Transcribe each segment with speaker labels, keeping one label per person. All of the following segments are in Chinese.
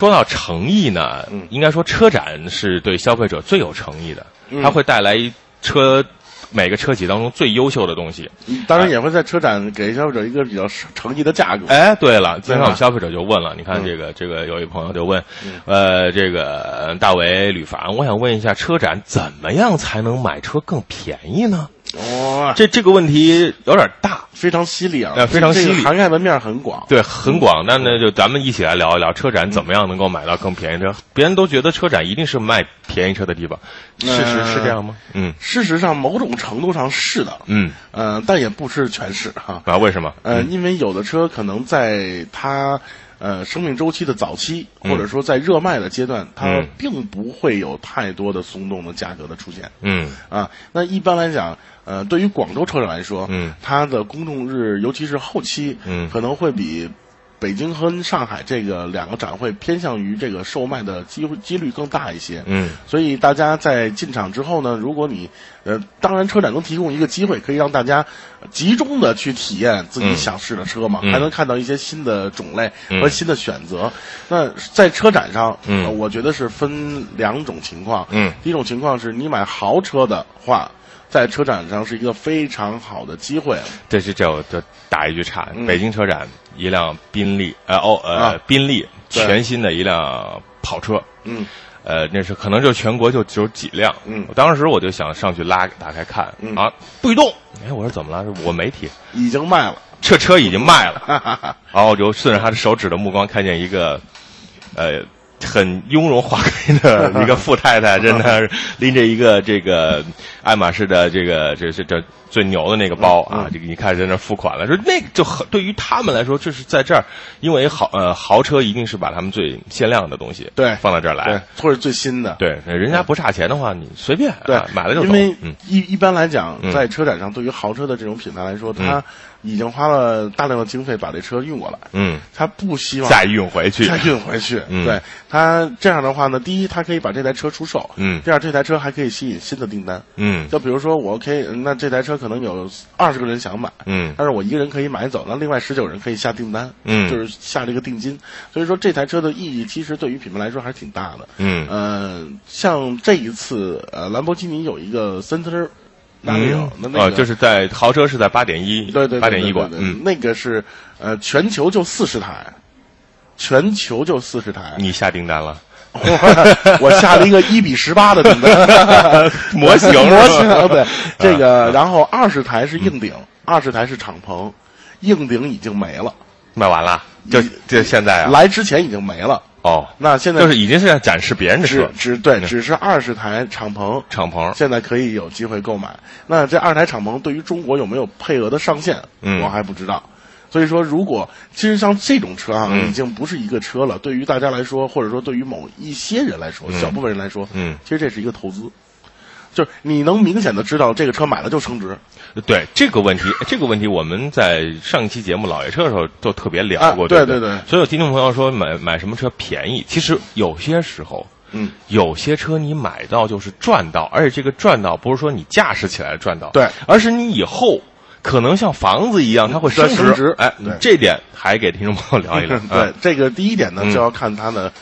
Speaker 1: 说到诚意呢，
Speaker 2: 嗯
Speaker 1: 应该说车展是对消费者最有诚意的，
Speaker 2: 嗯
Speaker 1: 它会带来车每个车企当中最优秀的东西。
Speaker 2: 当然也会在车展给消费者一个比较诚意的价格。
Speaker 1: 哎，对了，嗯今
Speaker 2: 对
Speaker 1: 天
Speaker 2: 吧
Speaker 1: 我们消费者就问了，你看这个、这个有一朋友就问，呃，这个大为吕凡，我想问一下，车展怎么样才能买车更便宜呢？
Speaker 2: 哇，
Speaker 1: 这这个问题有点大，
Speaker 2: 哦非常犀利啊，
Speaker 1: 呃非常犀利
Speaker 2: 这个涵盖门面很广。
Speaker 1: 对，很广，但那就咱们一起来聊一聊车展怎么样能够买到更便宜车。别人都觉得车展一定是卖便宜车的地方，事实是这样吗？嗯
Speaker 2: 事实上，某种程度上是的，
Speaker 1: 嗯，
Speaker 2: 呃，但也不是全是哈、
Speaker 1: 啊，为什么？
Speaker 2: 呃，因为有的车可能在它呃生命周期的早期，或者说在热卖的阶段，它
Speaker 1: 嗯
Speaker 2: 并不会有太多的松动的价格的出现
Speaker 1: 嗯
Speaker 2: 啊。那一般来讲，呃，对于广州车展来说，
Speaker 1: 嗯，
Speaker 2: 它的公众日，尤其是后期，
Speaker 1: 嗯
Speaker 2: 可能会比。北京和上海这个两个展会偏向于这个售卖的机会几率更大一些，
Speaker 1: 嗯
Speaker 2: 所以大家在进场之后呢，如果你呃，当然车展能提供一个机会，可以让大家集中的去体验自己想试的车嘛，
Speaker 1: 嗯
Speaker 2: 还能看到一些新的种类
Speaker 1: 嗯
Speaker 2: 和新的选择。那在车展上，
Speaker 1: 嗯
Speaker 2: 呃我觉得是分两种情况。
Speaker 1: 嗯
Speaker 2: 第一种情况是你买豪车的话。在车展上是一个非常好的机会，
Speaker 1: 这是这我就打一句岔，
Speaker 2: 嗯
Speaker 1: 北京车展一辆宾利，呃哦呃、
Speaker 2: 啊
Speaker 1: 宾利
Speaker 2: 对
Speaker 1: 全新的一辆跑车，
Speaker 2: 嗯，
Speaker 1: 呃那是可能就全国就只有几辆，
Speaker 2: 嗯
Speaker 1: 我当时我就想上去拉打开看、
Speaker 2: 嗯
Speaker 1: 啊不许动，哎我说怎么了？我没提，
Speaker 2: 已经卖了，
Speaker 1: 这车已经卖了，
Speaker 2: 哈哈哈。
Speaker 1: 然后我就顺着他的手指的目光看见一个，呃。很雍容华贵的一个富太太，真 的拎着一个这个爱马仕的这个这这这最牛的那个包
Speaker 2: 嗯
Speaker 1: 啊，这个一开始在那付款了，说那个就很对于他们来说，就是在这儿，因为豪呃豪车一定是把他们最限量的东西
Speaker 2: 对
Speaker 1: 放到这儿
Speaker 2: 对
Speaker 1: 来，，
Speaker 2: 或者最新的，
Speaker 1: 对，人家不差钱的话，你随便
Speaker 2: 对
Speaker 1: 啊，买了就
Speaker 2: 因
Speaker 1: 走，
Speaker 2: 为
Speaker 1: 嗯
Speaker 2: 一一般来讲
Speaker 1: 嗯，
Speaker 2: 在车展上，对于豪车的这种品牌来说，它已经花了大量的经费把这车运过来，
Speaker 1: 嗯，
Speaker 2: 它不希望
Speaker 1: 再运回去
Speaker 2: 再，运回去。
Speaker 1: 嗯
Speaker 2: 对它这样的话呢，第一，它可以把这台车出售，
Speaker 1: 嗯
Speaker 2: 第二，这台车还可以吸引新的订单。
Speaker 1: 嗯
Speaker 2: 就比如说我 OK，那这台车可能有二十个人想买，
Speaker 1: 嗯
Speaker 2: 但是我一个人可以买走，那另外十九人可以下订单，
Speaker 1: 嗯
Speaker 2: 就是下这个定金。所以说这台车的意义其实对于品牌来说还是挺大的。
Speaker 1: 嗯
Speaker 2: 呃，像这一次呃，兰博基尼有一个 Center，哪里有？那那个、
Speaker 1: 嗯哦，就是在豪车是在八点一，
Speaker 2: 对对
Speaker 1: 八点一馆，
Speaker 2: 对对对
Speaker 1: 嗯，
Speaker 2: 那个是呃，全球就四十台。全球就四十台，
Speaker 1: 你下订单了，
Speaker 2: 我我下了一个一比十八的订单
Speaker 1: 模型是吧 嗯
Speaker 2: 模型啊对这个，然后二十台是硬顶，二十台是敞篷，硬顶已经没了，
Speaker 1: 卖完了，就
Speaker 2: 你
Speaker 1: 就现在啊，
Speaker 2: 来之前已经没了。
Speaker 1: 哦，
Speaker 2: 那现在
Speaker 1: 就是嗯已经是要展示别人的
Speaker 2: 只
Speaker 1: 车，
Speaker 2: 只对，只是二十台敞篷，
Speaker 1: 敞篷，
Speaker 2: 现在可以有机会购买。那这二台敞篷对于中国有没有配额的上限，
Speaker 1: 嗯
Speaker 2: 我还不知道。所以说，如果其实像这种车啊，
Speaker 1: 嗯
Speaker 2: 已经不是一个车了。对于大家来说，或者说对于某一些人来说，小部分人来说，
Speaker 1: 嗯
Speaker 2: 其实这是一个投资，就是你能明显的知道这个车买了就升值
Speaker 1: 对这个问题，这个问题我们在上一期节目《老爷车》的时候就特别聊
Speaker 2: 啊
Speaker 1: 过，
Speaker 2: 对
Speaker 1: 不对
Speaker 2: 对对
Speaker 1: 所以有听众朋友说买买什么车便宜，其实有些时候。
Speaker 2: 嗯，
Speaker 1: 有些车你买到就是赚到，而且这个赚到不是说你驾驶起来的赚到，
Speaker 2: 对，
Speaker 1: 而是你以后可能像房子一样，它会
Speaker 2: 对
Speaker 1: 值。
Speaker 2: 升值
Speaker 1: 哎
Speaker 2: 对，。
Speaker 1: 这点还给听众朋友聊一聊
Speaker 2: 对
Speaker 1: 嗯，，
Speaker 2: 这个第一点呢，
Speaker 1: 嗯
Speaker 2: 就要看它的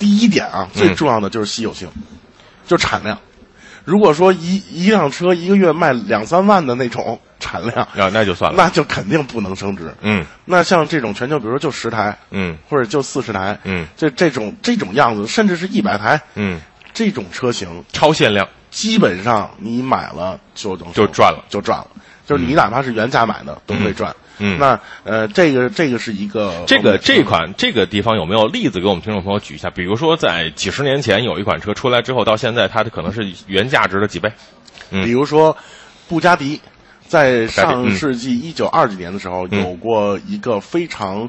Speaker 2: 第一点啊，最重要的就是稀有性，就产量。如果说一一辆车一个月卖两三万的那种产量，
Speaker 1: 啊，那就算了。
Speaker 2: 那就肯定不能升值。
Speaker 1: 嗯
Speaker 2: 那像这种全球，比如说就十台，
Speaker 1: 嗯
Speaker 2: 或者就四十台，
Speaker 1: 嗯
Speaker 2: 这这种这种样子，甚至是一百台
Speaker 1: 嗯，
Speaker 2: 这种车型，
Speaker 1: 超限量，
Speaker 2: 基本上你买了就能
Speaker 1: 就赚了
Speaker 2: 就赚了。就是你哪怕是原价买的都会赚。
Speaker 1: 嗯
Speaker 2: 那呃，这个这个是一个
Speaker 1: 这个
Speaker 2: 方面
Speaker 1: 这款这个地方有没有例子给我们听众朋友举一下？比如说，在几十年前有一款车出来之后，到现在它的可能是原价值的几倍。嗯
Speaker 2: 比如说，布加迪在
Speaker 1: 加迪
Speaker 2: 上
Speaker 1: 嗯
Speaker 2: 世纪一九二几年的时候，
Speaker 1: 嗯
Speaker 2: 有过一个非常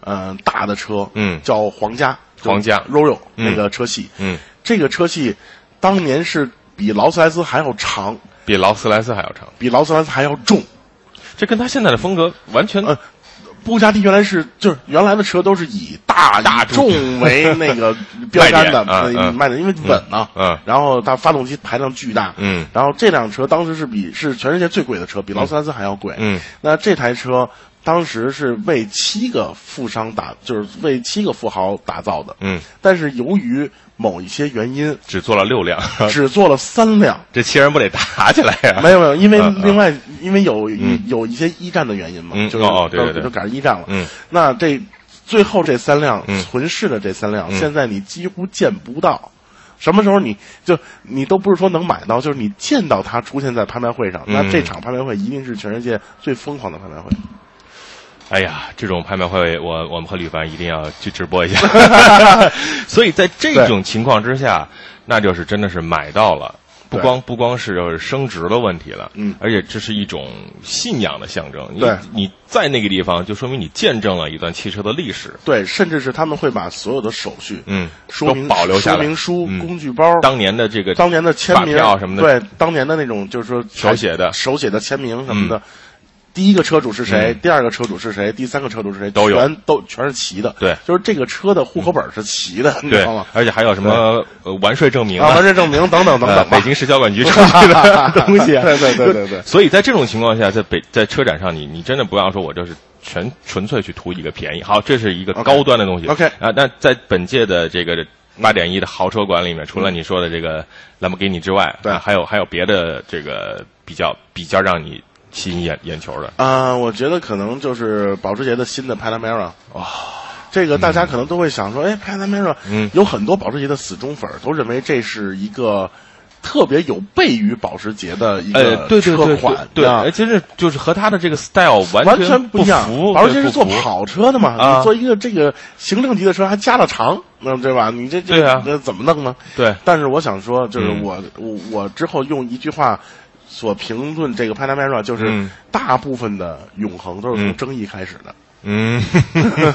Speaker 2: 嗯、呃大的车，
Speaker 1: 嗯
Speaker 2: 叫皇家，
Speaker 1: 皇家
Speaker 2: Royal
Speaker 1: 嗯
Speaker 2: 那个车系，
Speaker 1: 嗯，
Speaker 2: 这个车系当年是比劳斯莱斯还要长，
Speaker 1: 比劳斯莱斯还要长，
Speaker 2: 比劳斯莱斯还要重，
Speaker 1: 这跟它现在的风格完全
Speaker 2: 呃。布加迪原来是就是原来的车都是以大
Speaker 1: 大
Speaker 2: 以重为那个 标杆的
Speaker 1: 卖点嗯
Speaker 2: 呃
Speaker 1: 嗯
Speaker 2: 卖的，因为稳嘛。
Speaker 1: 嗯
Speaker 2: 然后它发动机排量巨大，
Speaker 1: 嗯
Speaker 2: 然后这辆车当时是比是全世界最贵的车，比劳斯莱斯还要贵。
Speaker 1: 嗯
Speaker 2: 那这台车当时是为七个富商打，就是为七个富豪打造的。
Speaker 1: 嗯，
Speaker 2: 但是由于某一些原因，
Speaker 1: 只做了六辆，
Speaker 2: 只做了三辆。
Speaker 1: 这七人不得打起来 呀、
Speaker 2: 没有没有，因为
Speaker 1: 嗯嗯
Speaker 2: 另外因为有一
Speaker 1: 嗯
Speaker 2: 有一些一战的原因嘛
Speaker 1: 嗯，
Speaker 2: 就是
Speaker 1: 哦哦对对
Speaker 2: 都
Speaker 1: 对
Speaker 2: 就赶上一战了。
Speaker 1: 嗯，
Speaker 2: 那这最后这三辆
Speaker 1: 嗯
Speaker 2: 存世的这三辆，现在你几乎见不到。什么时候你就你都不是说能买到，就是你见到它出现在拍卖会上，那
Speaker 1: 嗯
Speaker 2: 这场拍卖会一定是全世界最疯狂的拍卖会。
Speaker 1: 哎呀，这种拍卖会，我我们和吕凡一定要去直播一下。 所以在这种情况之下，那就是真的是买到了，不
Speaker 2: 对
Speaker 1: 光不光是升值的问题了，
Speaker 2: 嗯
Speaker 1: 而且这是一种信仰的象征。你
Speaker 2: 对
Speaker 1: 你在那个地方，就说明你见证了一段汽车的历史。
Speaker 2: 对，甚至是他们会把所有的手续、
Speaker 1: 嗯，
Speaker 2: 说
Speaker 1: 都
Speaker 2: 明
Speaker 1: 保留下来
Speaker 2: 说明书、
Speaker 1: 嗯
Speaker 2: 工具包、
Speaker 1: 当年的这个
Speaker 2: 当年的签名
Speaker 1: 发票什么的
Speaker 2: 对，当年的那种就是说
Speaker 1: 手写的
Speaker 2: 手写的签名什么的。第一个车主是谁？
Speaker 1: 嗯
Speaker 2: 第二个车主是谁？第三个车主是谁？
Speaker 1: 都有
Speaker 2: 全都全是齐的。
Speaker 1: 对
Speaker 2: 就是这个车的户口本是齐的，你知
Speaker 1: 对
Speaker 2: 道吗，？
Speaker 1: 而且还有什么呃完税证明
Speaker 2: 啊，完事证明啊等等等
Speaker 1: 呃
Speaker 2: 等吧
Speaker 1: 北。京市交管 局出 具的东西啊，
Speaker 2: 对对对对对
Speaker 1: 所以在这种情况下，在北在车展上，你你真的不要说我就是全纯粹去图一个便宜。好，这是一个
Speaker 2: OK
Speaker 1: 高端的东西。
Speaker 2: OK
Speaker 1: 啊，那在本届的这个八点一的豪车馆里面，除了你说的这个兰博基尼之外，
Speaker 2: 嗯对
Speaker 1: 啊还有还有别的这个比较比较让你吸引眼眼球的。
Speaker 2: 啊、我觉得可能就是保时捷的新的 Panamera 哦，这个大家可能都会想说，哎，Panamera，
Speaker 1: 嗯
Speaker 2: 有很多保时捷的死忠粉儿都认为这是一个特别有悖于保时捷的一
Speaker 1: 呃，
Speaker 2: 个
Speaker 1: 对对
Speaker 2: 车
Speaker 1: 对
Speaker 2: 款，
Speaker 1: 对，
Speaker 2: 啊
Speaker 1: 而且是就是和他的这个 style 完
Speaker 2: 完
Speaker 1: 全
Speaker 2: 全不一样
Speaker 1: 符。
Speaker 2: 保时
Speaker 1: 对
Speaker 2: 捷是
Speaker 1: 不
Speaker 2: 做
Speaker 1: 符
Speaker 2: 跑车的嘛，
Speaker 1: 啊
Speaker 2: 你做一个这个行政级的车还加了长，那对吧？你这这
Speaker 1: 对啊
Speaker 2: 那怎么弄呢？
Speaker 1: 对
Speaker 2: 但是我想说，就是
Speaker 1: 嗯
Speaker 2: 我、我我之后用一句话所评论这个 Panamera，就是、
Speaker 1: 嗯
Speaker 2: 大部分的永恒都是
Speaker 1: 嗯
Speaker 2: 从争议开始的。
Speaker 1: 嗯，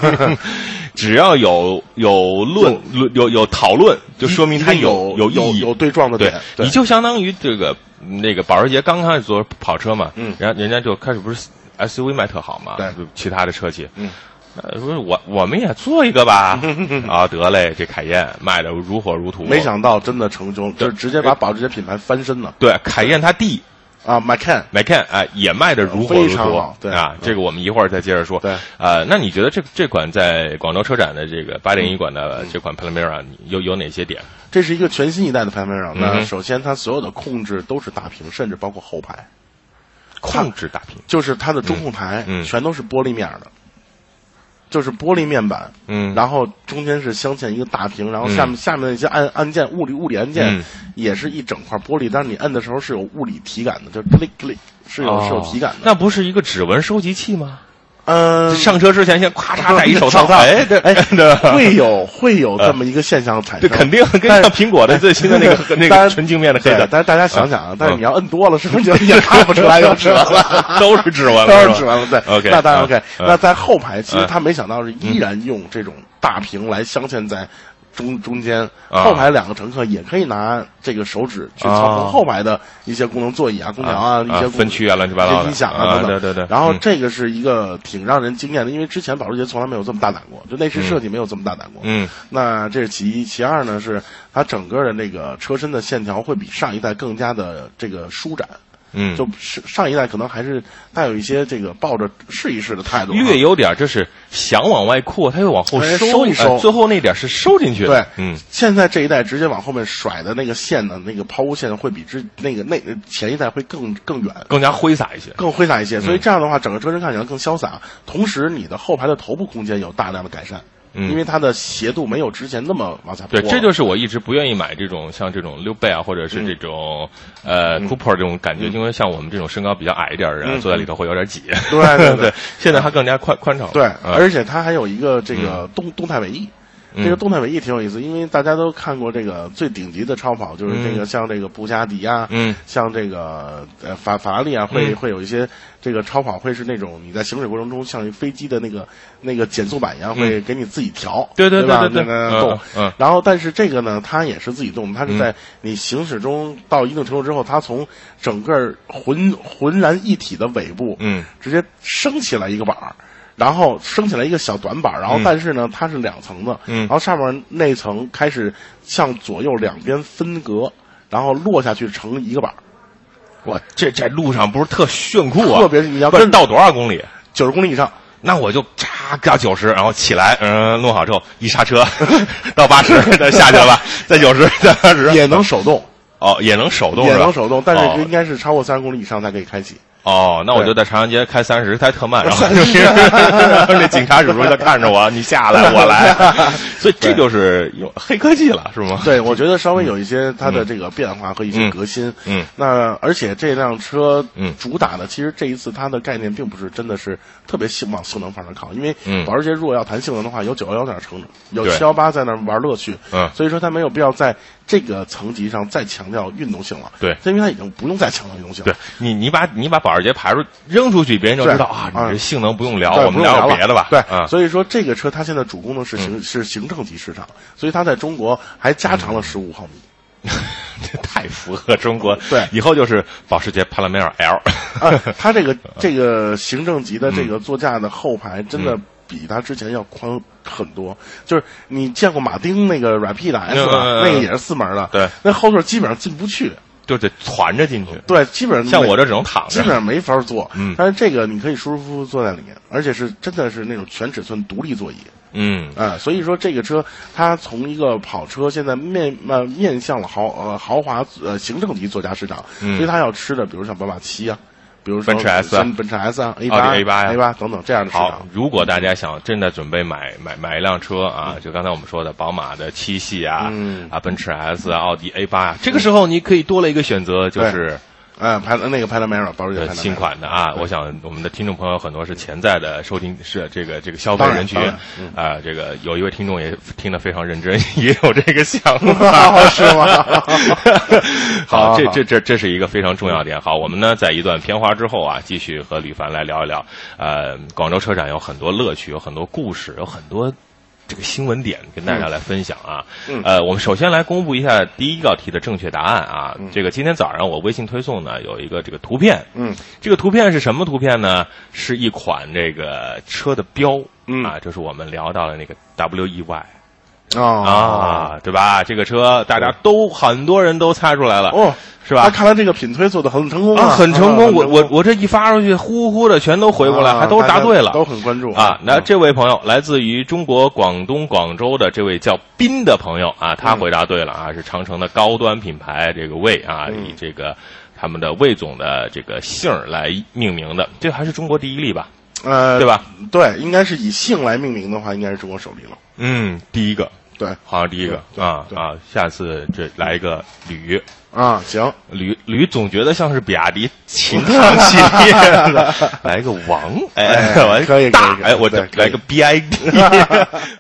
Speaker 1: 只要有有论论有有讨论，就说明它
Speaker 2: 一定有
Speaker 1: 有
Speaker 2: 有
Speaker 1: 意义。
Speaker 2: 对撞的
Speaker 1: 对
Speaker 2: 点，，
Speaker 1: 你就相当于这个嗯那个保时捷刚开始做跑车嘛，
Speaker 2: 嗯
Speaker 1: 然后人家就开始不是 SUV 卖特好嘛，
Speaker 2: 对
Speaker 1: 就其他的车企，
Speaker 2: 嗯
Speaker 1: 呃，说我我们也做一个 吧，啊，得嘞，这凯宴卖的如火如荼，
Speaker 2: 没想到真的成功，
Speaker 1: 对
Speaker 2: 就是直接把保时捷品牌翻身了
Speaker 1: 对凯宴他弟
Speaker 2: 啊！Macan，
Speaker 1: 买 c a n 哎也卖的如火如
Speaker 2: 非常
Speaker 1: 荼
Speaker 2: 好，对
Speaker 1: 啊
Speaker 2: 嗯，
Speaker 1: 这个我们一会儿再接着说。
Speaker 2: 对
Speaker 1: 呃，那你觉得这这款在广州车展的这个八
Speaker 2: 嗯
Speaker 1: 点一馆的这款 Panamera 你有有哪些点？
Speaker 2: 这是一个全新一代的 Panamera、
Speaker 1: 嗯
Speaker 2: 那
Speaker 1: 哼
Speaker 2: 首先，它所有的控制都是大屏，甚至包括后排，
Speaker 1: 控制大屏，
Speaker 2: 就是它的中控台
Speaker 1: 嗯嗯
Speaker 2: 全都是玻璃面儿的，就是玻璃面板。
Speaker 1: 嗯，
Speaker 2: 然后中间是镶嵌一个大屏，然后下面、下面那些按按键物理物理按键、
Speaker 1: 嗯
Speaker 2: 也是一整块玻璃，但是你按的时候是有物理体感的，就是 click click 是有、
Speaker 1: 哦
Speaker 2: 是有体感的。
Speaker 1: 那不是一个指纹收集器吗？
Speaker 2: 嗯，
Speaker 1: 上车之前先咔嚓戴一 手套，
Speaker 2: 手套
Speaker 1: 哎，对，
Speaker 2: 哎
Speaker 1: 对，
Speaker 2: 会有会有这么一个现象产
Speaker 1: 这
Speaker 2: 生，
Speaker 1: 肯定跟像苹果的最新的那 个那
Speaker 2: 当
Speaker 1: 个
Speaker 2: 然
Speaker 1: 纯镜面的黑
Speaker 2: 对
Speaker 1: 的，
Speaker 2: 但是大家想想啊，但是
Speaker 1: 嗯
Speaker 2: 你要摁多了，是不是就也看不出来有指纹 了？
Speaker 1: 都是指纹，
Speaker 2: 当然
Speaker 1: 是吧
Speaker 2: 指纹了，对
Speaker 1: OK，
Speaker 2: 那当
Speaker 1: 嗯
Speaker 2: 然 OK、
Speaker 1: 嗯
Speaker 2: 那在后排，其实
Speaker 1: 嗯
Speaker 2: 他没想到是依然用这种大屏来镶嵌在中中间，
Speaker 1: 啊
Speaker 2: 后排两个乘客也可以拿这个手指去操
Speaker 1: 啊
Speaker 2: 控后排的一些功能座椅啊、空调啊、一些功
Speaker 1: 分区啊，乱七八糟
Speaker 2: 一
Speaker 1: 的
Speaker 2: 些音响
Speaker 1: 啊，
Speaker 2: 等等。
Speaker 1: 对对对，
Speaker 2: 然后
Speaker 1: 嗯
Speaker 2: 这个是一个挺让人惊艳的，因为之前保时捷从来没有这么大胆过，就内饰设计没有这么大胆过。
Speaker 1: 嗯
Speaker 2: 那这是其一，其二呢是它整个的那个车身的线条会比上一代更加的这个舒展，
Speaker 1: 嗯，
Speaker 2: 就是上一代可能还是带有一些这个抱着试一试的态度啊，
Speaker 1: 略有点就是想往外扩，它又往后
Speaker 2: 哎
Speaker 1: 收
Speaker 2: 收一收
Speaker 1: 呃最后那点是收进去的
Speaker 2: 对。，
Speaker 1: 嗯，
Speaker 2: 现在这一代直接往后面甩的那个线呢，那个抛物线会比之那个那前一代会更更远。
Speaker 1: 更加挥洒一些。
Speaker 2: 更挥洒一
Speaker 1: 嗯
Speaker 2: 些，所以这样的话，整个车身看起来更潇洒。同时，你的后排的头部空间有大量的改善，
Speaker 1: 嗯
Speaker 2: 因为它的斜度没有之前那么往下
Speaker 1: 对，
Speaker 2: 拨
Speaker 1: 这
Speaker 2: 了
Speaker 1: 就是我一直不愿意买这种像这种溜背啊，或者是这种、呃 Cooper 这种感觉，因为像我们这种身高比较矮一点的人啊，
Speaker 2: 嗯
Speaker 1: 坐在里头会有点挤。
Speaker 2: 对对对
Speaker 1: 哎对，现在它更加宽宽敞了。
Speaker 2: 对，
Speaker 1: 嗯
Speaker 2: 而且它还有一个这个动、动态尾翼。这个动态尾翼挺有意思，因为大家都看过这个最顶级的超跑，就是这个像这个布加迪啊，
Speaker 1: 嗯
Speaker 2: 像这个呃法法拉利啊，会、
Speaker 1: 嗯
Speaker 2: 会有一些这个超跑会是那种你在行驶过程中像一飞机的那个那个减速板一样，会给你自己调，
Speaker 1: 嗯对对
Speaker 2: 对吧
Speaker 1: 对对对
Speaker 2: 那个动。
Speaker 1: 嗯嗯
Speaker 2: 然后但是这个呢，它也是自己动，它是在你行驶中到一定程度之后，它从整个浑浑然一体的尾部，
Speaker 1: 嗯，
Speaker 2: 直接升起来一个板儿，然后升起来一个小短板儿，然后
Speaker 1: 嗯
Speaker 2: 但是呢，它是两层的，
Speaker 1: 嗯
Speaker 2: 然后上面那层开始向左右两边分隔，然后落下去成一个板儿，
Speaker 1: 哇，这这路上不是特炫酷啊？
Speaker 2: 特别是你要
Speaker 1: 不是
Speaker 2: 跟
Speaker 1: 到多少公里？啊
Speaker 2: 九十公里以上，
Speaker 1: 那我就嚓嘎九十，然后起来，嗯、弄好之后一刹车， 到八十再下去了 吧，再九十再八十，
Speaker 2: 也能手动，
Speaker 1: 哦也能手动
Speaker 2: 也
Speaker 1: 是吧
Speaker 2: 能手动，但
Speaker 1: 哦
Speaker 2: 是应该是超过三十公里以上才可以开启。
Speaker 1: 哦，那我就在长安街开三十，开特慢，然后然 后那警察叔叔就看着我，你下来，我来，所以这就是有黑科技了，是 吗？
Speaker 2: 对，我觉得稍微有一些它的这个变化和一些革新。
Speaker 1: 嗯嗯
Speaker 2: 那而且这辆车，
Speaker 1: 嗯
Speaker 2: 主打的其实这一次它的概念并不是真的是特别性往性能方面靠，因为
Speaker 1: 嗯
Speaker 2: 保时捷如果要谈性能的话，有911在那儿撑着，有
Speaker 1: 对
Speaker 2: 718在那儿玩乐趣，
Speaker 1: 嗯
Speaker 2: 所以说它没有必要在这个层级上再强调运动性了。
Speaker 1: 对
Speaker 2: 因为它已经不用再强调运动性了。
Speaker 1: 对你，你把你把保时捷排出扔出去，别人就知道
Speaker 2: 对
Speaker 1: 啊，你
Speaker 2: 嗯
Speaker 1: 这性能不用聊，
Speaker 2: 对
Speaker 1: 哦我们
Speaker 2: 不用
Speaker 1: 聊
Speaker 2: 聊
Speaker 1: 点别的吧。嗯
Speaker 2: 对，
Speaker 1: 啊，
Speaker 2: 所以说这个车它现在主攻的是行、是行政级市场，所以它在中国还加长
Speaker 1: 嗯
Speaker 2: 了十五毫米。
Speaker 1: 这 太符合中国。
Speaker 2: 对
Speaker 1: 以后就是保时捷帕拉梅尔 L。
Speaker 2: 啊，它这个这个行政级的这个座驾的后排真
Speaker 1: 嗯
Speaker 2: 的比它之前要宽很多。就是你见过马丁那个 Rapid S 吧？
Speaker 1: 嗯嗯嗯
Speaker 2: 那个也是四门的，
Speaker 1: 对，
Speaker 2: 那后座基本上进不去，
Speaker 1: 就得攒着进去，
Speaker 2: 对，基本
Speaker 1: 嗯
Speaker 2: 上
Speaker 1: 像
Speaker 2: 没
Speaker 1: 我这只能躺
Speaker 2: 基
Speaker 1: 着
Speaker 2: 本。上没法坐。
Speaker 1: 嗯
Speaker 2: 但是这个你可以舒舒服服坐在里面，而且是真的是那种全尺寸独立座椅。
Speaker 1: 嗯，
Speaker 2: 啊、所以说这个车它从一个跑车，现在面呃面向了豪呃豪华呃行政级座驾市场，
Speaker 1: 嗯
Speaker 2: 所以它要吃的，比如像宝马七啊，比如说
Speaker 1: 奔驰 S 啊
Speaker 2: 像奔驰 S 啊，A
Speaker 1: 奥
Speaker 2: 八、
Speaker 1: 迪 A8 呀
Speaker 2: A 八等等这样的市
Speaker 1: 好
Speaker 2: 场。，
Speaker 1: 如果大家想真的准备买买买一辆车啊，就刚才我们说的宝马的七系啊，
Speaker 2: 嗯
Speaker 1: 啊奔驰 S 啊，奥迪 A 八啊，这个时候你可以多了一个选择，就是
Speaker 2: 哎、嗯，那个 Panamera 保时捷
Speaker 1: 呃
Speaker 2: Panamera
Speaker 1: 新，款的啊。我想我们的听众朋友很多是潜在的收听是这个这个消费
Speaker 2: 当然
Speaker 1: 人群
Speaker 2: 当然
Speaker 1: 啊、这个有一位听众也听得非常认真，也有这个想 法，
Speaker 2: 哦是吗？
Speaker 1: 好，
Speaker 2: 好
Speaker 1: 这
Speaker 2: 好
Speaker 1: 这这这是一个非常重要的点。好，我们呢在一段片花之后啊，继续和吕凡来聊一聊。呃，广州车展有很多乐趣，有很多故事，有很多这个新闻点跟大家来分享啊。
Speaker 2: 嗯
Speaker 1: 呃，我们首先来公布一下第一道题的正确答案啊。这个今天早上我微信推送呢有一个这个图片，
Speaker 2: 嗯，
Speaker 1: 这个图片是什么图片呢？是一款这个车的标，
Speaker 2: 嗯
Speaker 1: 啊，就是我们聊到的那个 WEY。
Speaker 2: 哦
Speaker 1: 啊，对吧？这个车大家都很多人都猜出来了，
Speaker 2: 哦，
Speaker 1: 是吧
Speaker 2: 那看来这个品推做的很成功
Speaker 1: 啊，很成功。
Speaker 2: 啊
Speaker 1: 我我我这一发出去，呼呼的全都回过来，
Speaker 2: 啊
Speaker 1: 还都答对
Speaker 2: 大家
Speaker 1: 了
Speaker 2: 都很关注
Speaker 1: 啊。那这位朋友来自于中国广东广州的这位叫斌的朋友
Speaker 2: 嗯
Speaker 1: 啊，他回答对了啊，是长城的高端品牌这个魏啊，
Speaker 2: 嗯
Speaker 1: 以这个他们的魏总的这个姓儿来命名的，这还是中国第一例吧，
Speaker 2: 呃，
Speaker 1: 对？吧？
Speaker 2: 对，应该是以姓来命名的话，应该是中国首例了。
Speaker 1: 嗯，第一个。
Speaker 2: 对
Speaker 1: 好像第一个
Speaker 2: 对
Speaker 1: 啊
Speaker 2: 对
Speaker 1: 啊！下次这来一个驴，
Speaker 2: 啊，行，
Speaker 1: 驴驴总觉得像是比亚迪秦唐系列 的，来一个王，哎，
Speaker 2: 哎
Speaker 1: 来一个
Speaker 2: 可以可以
Speaker 1: 大
Speaker 2: 可以
Speaker 1: 哎，我
Speaker 2: 对
Speaker 1: 来一个 BID。